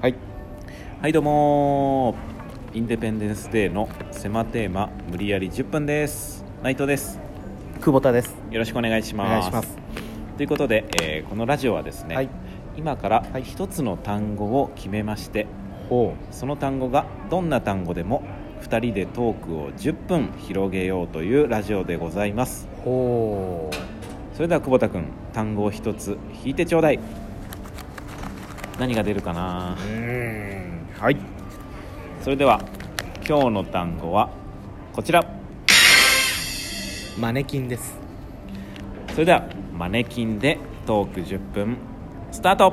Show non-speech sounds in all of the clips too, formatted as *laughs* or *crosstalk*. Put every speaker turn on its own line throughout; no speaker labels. はい
はいどうもーインデペンデンスデーの狭テーマ無理やり10分です内藤です
久保田です
よろしくお願いし
お
ます
願いします
ということで、えーこのラジオはですね、
はい
今から
はい
一つの単語を決めまして、
ほ
その単語がどんな単語でも2人でトークを10分広げようというラジオでございます
うほ
それでは久保田君単語を一つ引いてちょうだい何が出るかな
ううーんはい
それでは今日の単語はこちら
マネキンです
それではマネキンでトーク10分スタート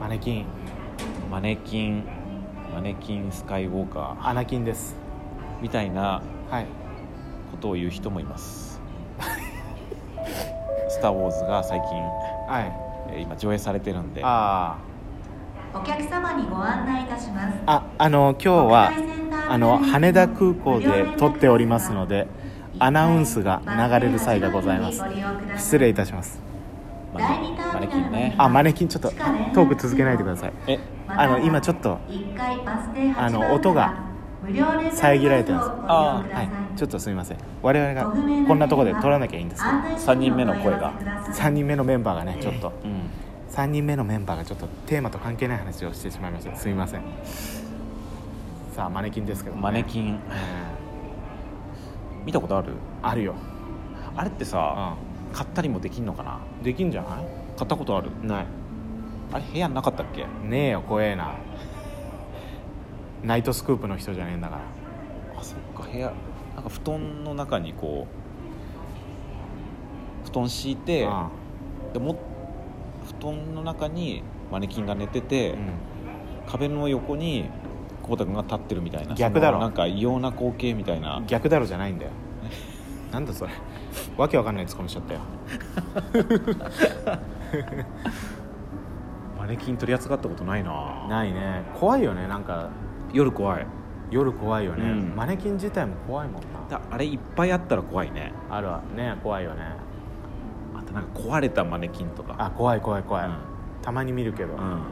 マネキン
マネキンマネキンスカイウォーカ
アナキンです
ーみたいな
はい
ことを言う人もいます *laughs* 「スター・ウォーズ」が最近、
はい
えー今上映されてるんで
あ
お客様にご案内いたします
あああの今日はあの羽田空港で撮っておりますのでアナウンスが流れる際でございます失礼いたします
マネマネキンね
あマネキンちょっとトーク続けないでください
え
あの今ちょっと
一回バス停
あ
8
の
番
音が
無料連絡
遮られてます
をご利用
あ
くだ
は
さい
いちょっとすみません我々
ご不明
が
な
こんなところで
点は
撮らなきゃいいんですけど
案内書
三人目の声が
お問い合わせくださ
3
い
人目のメンバーがねちょっと
うん
3人目のメンバーがちょっとテーマと関係ない話をしてしまいましたすみませんさあマネキンですけど、ね、
マネキン
うん
見たことある
あるよ、
あれってさ、
う、
買ったりもできんのかなん
できんじゃな
買ったことある
いない
あれ部屋なかったっけ
ねえよ怖えなナイトスクープの人じゃねえんだから
あそっか部屋なんか布団の中にこう布団敷いて、でも布団の中にマネキンが寝てて、
うん
壁の横に久保田君が立ってるみたいな
逆だろ
そのなんか異様な光景みたいな
うん、逆だろじゃないんだよなんだそれわけわかんないツッコミしちゃったよ
マネキン取り扱ったことないな
ないね怖いよねなんか
夜怖い
夜怖いよね、
うん
マネキン自体も怖いもんな
だあれいっぱいあったら怖いね
あるわね怖いよね
あとなんか壊れたマネキンとか
あ怖い怖い怖い、
うん
たまに見るけど、
うん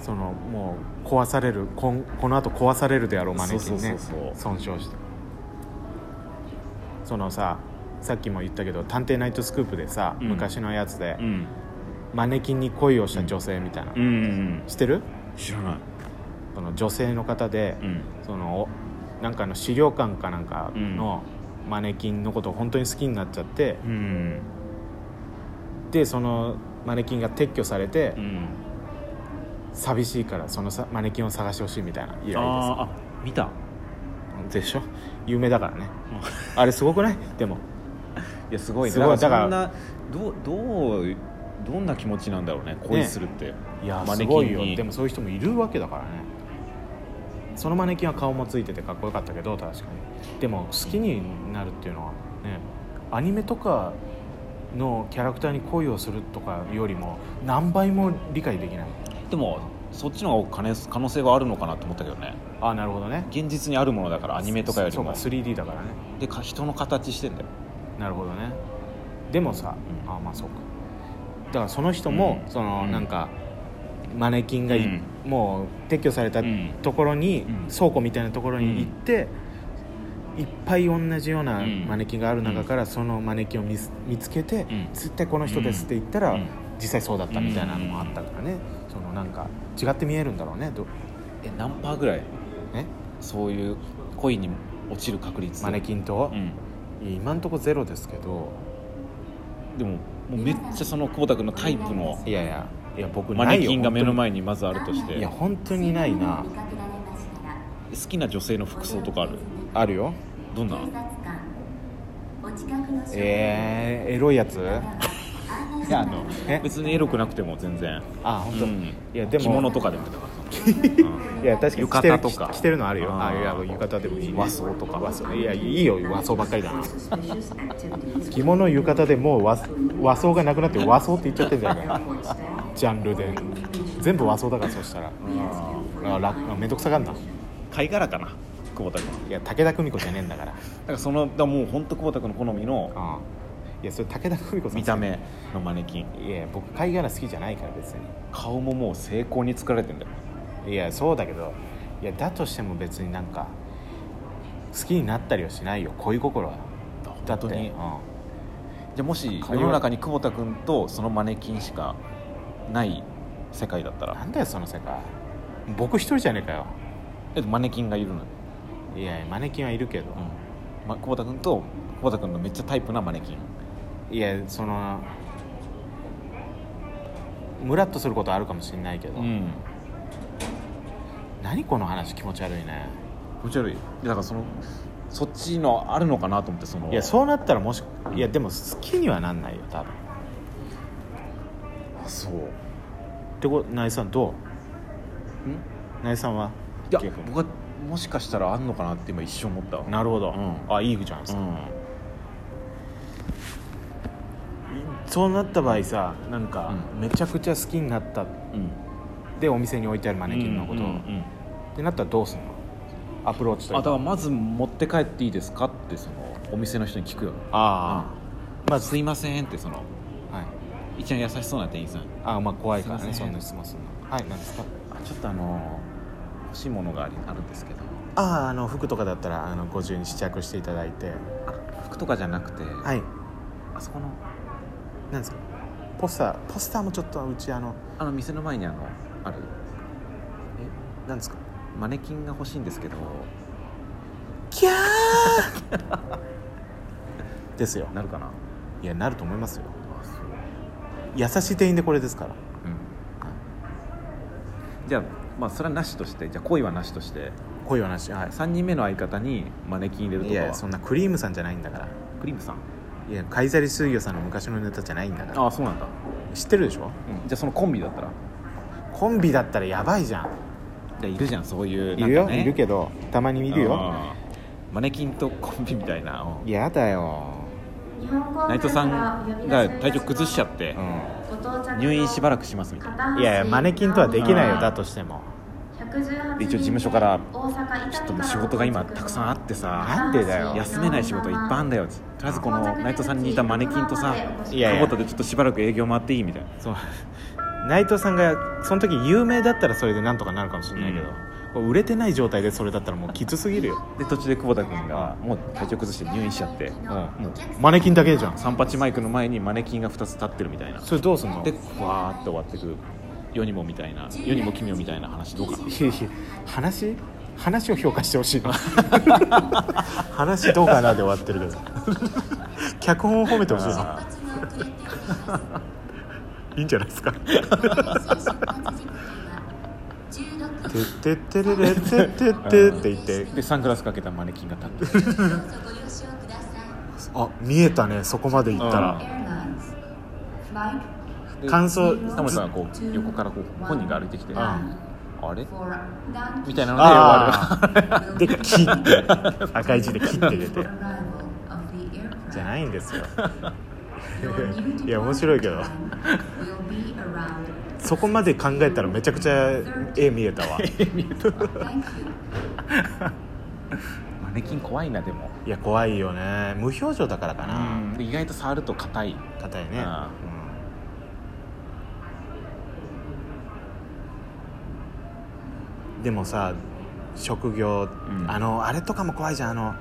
そのもう壊されるこんこの後壊されるであろうマネキンね
そうそうそうそう
損傷してそのささっきも言ったけど「探偵ナイトスクープ」でさ、
うん
昔のやつで、
うん
マネキンに恋をした女性みたいな、
うんうん
知ってる
知らない
その女性の方で、
うん
そのおなんかの資料館かなんかのマネキンのことを本当に好きになっちゃって、
うん
でそのマネキンが撤去されて、
うん
寂しいからそのさマネキンを探してほしいみたいな依頼で
あ
す
ーあ見た
でしょ有名だからねあれすごくないでも
いやすごいね
すごい
だからそ
だか
んなどうどうどんな気持ちなんだろうね恋するって、
いや
マ
す
ネ
ご
キ
い
ン
よ
に
でもそういう人もいるわけだからねそのマネキンは顔もついててかっこよかったけど確かにでも好きになるっていうのはねアニメとかのキャラクターに恋をするとかよりも何倍も理解できない
でもそっちの方が可能可能性はあるのかなと思ったけどね
ああなるほどね
現実にあるものだからアニメとかよりも
そうか 3D だからね
でか人の形してんだよ
なるほどねでもさ、
うん
ああまあそうかだからその人も、
うん
その、
うん
なんかマネキンがい、もう撤去された
うん
ところに、
うん
倉庫みたいなところに行って、いっぱい同じような
うん
マネキンがある中から、そのマネキンを見す見つけて、
うん
絶対この人ですって言ったら、
うん
実際そうだったみたいなのもあったからね、そのなんか違って見えるんだろうねど
え何パーぐらい
え
そういう恋に落ちる確率
マネキンと
う、ん
いや今んとこゼロですけど
でももうめっちゃその久保田君のタイプの
いやいやいや僕
マ
ない
ネ
よ
キンが目の
本当に
前にまずあるとして
いや
好
本当にないな
きな女性の服装とかある
あるよ
どんな
え
えー、エロいや
*laughs*
つ
ー、
いやあのえ
別にエロくなくても全然
あ本当、
うん
いやでも
着物とかでもだ
*laughs*
から、うん
いや確かに
浴
着てる
衣とか
着着てるのあるよあ
あー
いや浴衣でもいい、ね、
和装とか
和装いやいいよ和装ばっかりだな *laughs* 着物浴衣でもう和和装がなくなって和装って言っちゃってるじゃないかジャンルで全部和装だからそしたらあ楽めんどくさがんな
貝殻かな久保田君
いや武田久美子じゃねえんだから
だからそのだからもう本当久保田君の好みの
あいやそれ武田久美子さん
見た目のマネキン
いや僕貝殻好きじゃないから別
顔ももう精巧に作られてんだよ
にいやそうだけどいやだとしても別になんか好きになったりはしないよ恋心はだって
本当に
うん
じゃあもし世
会話
の中に久保田君とそのマネキンしかない世界だった
な
ら
んだよその世界僕一人じゃねえかよ
えっとマネキンがいるのよ、
いやマネキンはいるけど、
ま、久保田君と久保田君のめっちゃタイプなマネキン
いやそのムラっとすることあるかもしれないけど、
ん
何この話気持ち悪いね
気持ち悪いだからそのそっちのあるのかなと思ってその
いやそうなったらもしいやでも好きにはなんないよ多分
あそう
ってこと内さんど
んいう
内さんは
や
逆に
僕はもしかしたらあんのかなって今一瞬思ったわ
なるほど、
うん
あいいじゃないです
う
か、
ん
そうなった場合さなんか、
う
めちゃくちゃ好きになった
うん
でお店に置いてあるマネキンのことを、
うんうんう
っ
ん
てなったらどうすんのアプローチと
あ
い
だ
う
か
から
まず持って帰っていいですかってそのお店の人に聞くよ
ああ、ま
あ
あ、
すいませんってその
はい、
一番優しそうな店員さん
あまあ怖いからね
す
そ
いません
んな質問するのはい何ですか
あちょっとあの欲しいものがありあるんですけど
あああの服とかだったらあのご自由に試着していただいて
あ服とかじゃなくて、
はい
あそこの
何ですかポスターポスターもちょっとうちあの
あの店の前にあのある
何ですか
マネキンが欲しいんですけど
キャー *laughs* ですよ
なるかない
やなると思いますよ
あそう
優しい店員でこれですから
じゃあまあそれはなしとしてじゃあ恋はなしとして
恋はなしはい
3人目の相方にマネキン入れると
い
かは
やそんなクリームさんじゃないんだから
クリームさん
いやカイザリ水魚さんの昔のネタじゃないんだから
あそうなんだ、
知ってるでしょ
じゃあそのコンビだったら
コンビだったらやばいじゃん
じゃあいるじゃんそういう
いるよ、
なんかね
いるけどたまにいるよ
あーマネキンとコンビみたいなうん
やだよ、
内
内
藤
藤
さ
さ
ん
ん
が
が
体
体
調
調
崩
崩
し
し
ち
ち
ゃ
ゃ
っ
って
う、ん、
て
入
入
院
院
し
し
ば
ば
ら
ら
く
く
し
し
ま
ますす
み
み
た
た
い
い
な
ない
やいやマネキンとはできないよ
あー
だとしても
で
一
一応事
応事
務
務
所
所
か
からら
ち
ち
ょっ
ょっ
と
と
仕
仕
事
事
が
が
今
今
た
た
く
く
さ
さ
ん
ん
あ
あ
っ
ってて
さ
さ
なんでだよ
休
休
め
め
な
ないい
仕
仕
事
事
い
い
っ
っ
ぱ
ぱ
い
い
あ
あ
ん
ん
だ
だ
よ
よ
とりあえずこの内藤さんにいたマネキンとさ
いやいや
久保田でちょっとしばらく営業回っていいみたいな
そう内藤さんがその時有名だったらそれでなんとかなるかもしれないけど、
うん
これ売れてない状態でそれだったらもうきつすぎるよ
で途中で久保田君がもう体調崩して入院しちゃって、もう
マネキンだけじゃん
*laughs* 三八マイクの前にマネキンが2つ立ってるみたいな
それどうすんの
でわーって終わってく世にもみたいな世にも奇妙みたいな話どうかない
やいや話話を評価してほしいの話どうかなで終わってるけど脚本を褒めてほしいな
あ
いいんじゃないですか「てってれれてってって」って言って
ーでサングラスかけたマネキンが立って
「あ見えたねそこまで行ったら」
で
感想
タモリさんがこう横からこう本人が歩いてきて、
ん
あれみたいなので終わる
ああ *laughs* で切って赤い字で切って出てじゃないんですよ
いや面白いけど
そこまで考えたらめちゃくちゃ絵見えたわ
マネキン怖いなでも
いや怖いよね無表情だからかな
で意外と触ると硬い
硬いね
あ
うんでもさ職業、
うん
あのあれとかも怖いじゃんあの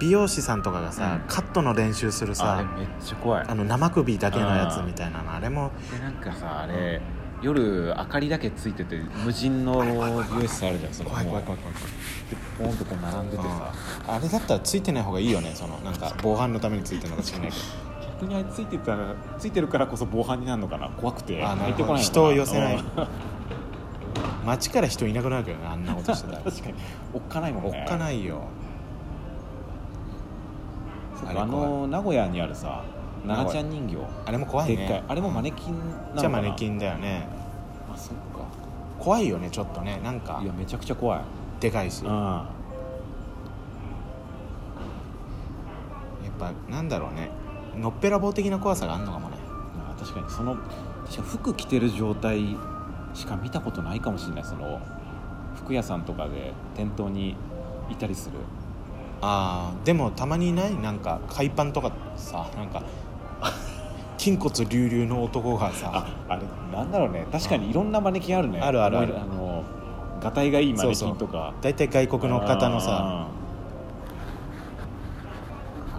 美容師さんとかがさ、
うん
カットの練習する
あれ
さ
めっちゃ怖い
あの生首だけのやつ
あー
みたいなのあれも
でなんかさあれ夜明かりだけついてて無人の美容室あるじゃんそこ
怖い怖い
も
怖い怖い怖いう
ポンとこう並んでてさ
あれだったらついてない方がいいよねそのなんか防犯のためについてるのか知らないけ
逆にあれついてたらついてるからこそ防犯になるのかな怖くて
どあな
入
る
って
ほど
こないのかな
人を寄せな
う
い
ん
街から人いなくなるけどねあんなことして
*laughs*
たら
確かにおっかないもん
お
ね
っかないよ
そう
あれ
かあの名古屋にあるさ奈々ちゃん人
あれも怖い
形でっかい
ね
あれもマネキンなのかな
じゃあマネキンだよね
あそっか
怖いよねちょっとねなんか
いやめちゃくちゃ怖い
でかいし
う
やっ
ん
ぱなんだろうねのっぺらぼう的な怖さがあんのかもね
あ確かにその確かに服着てる状態しか見たことないかもしれないその服屋さんとかで店頭にいたりする
ああでもたまにないなんか海パンとかさなん
*laughs*
か筋骨隆々の男がさ
ああれなんだろうね確かにいろんなマネキンあるね
あるあるある
あのがたいがいいマネキンとか
大体外国の方のさ
あーあ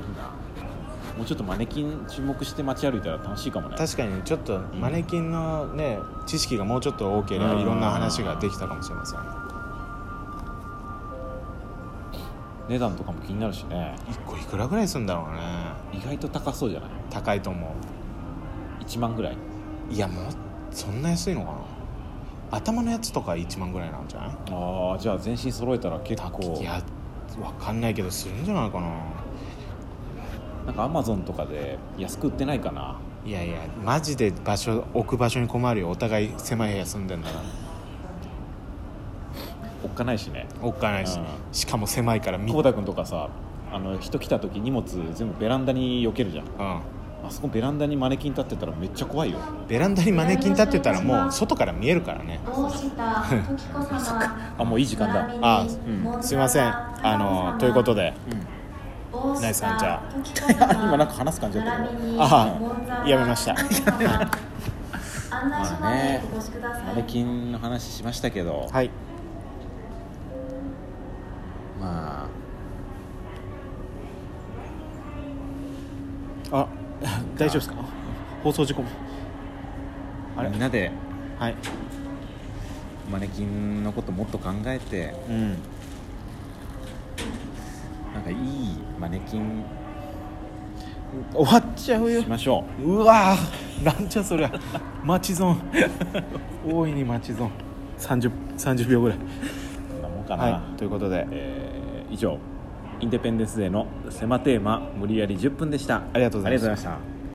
るなもうちょっとマネキン注目して街歩いたら楽しいかもね
確かにちょっとマネキンのね知識がもうちょっと多ければ
うん
いろんな話ができたかもしれません
値段とかも気になるしね
1個いくらぐらいするんだろうね
意外と高そうじゃない
高いと思
1万ぐらいう
いやもうそんな安いのかな頭のやつとか1万ぐらいなんじゃない
ああじゃあ全身揃えたら結構
いやわかんないけどするんじゃないかな
なんかアマゾンとかで安く売ってないかない
やいやマジで場所置く場所に困るよお互い狭い部屋住んでんだから
おっかないしね
おっかないし、
う
しかも狭いからみ
浩太君とかさあの人来た時荷物全部ベランダに避けるじゃん
うん
あそこベランダにマネキン立ってたらめっちゃ怖いよ
ベランダにマネキン立ってたらもう外から見えるからね
大下時子様
あもういい時間だ
あ
う
すいませんあのということでナイスさんじゃあ *laughs*
今なんか話す感じだったけど
あやめました
あんな
まあね
お越しください
マネキンの話しましたけど、
はい
まあ
あ大丈夫ですか放送事故もあれ
みんなで
はい
マネキンのこともっと考えて
うん
なんかいいマネキン
終わっちゃうよ
しましょ
うわーなんじゃそりゃマチゾン大いにマチゾン 30, 30秒ぐらい、
うこんなもんかな、
はい、ということで
えー以上インデペンデンスデーの狭テーマ無理やり10分でした
ありがとうございました
ありがとうございました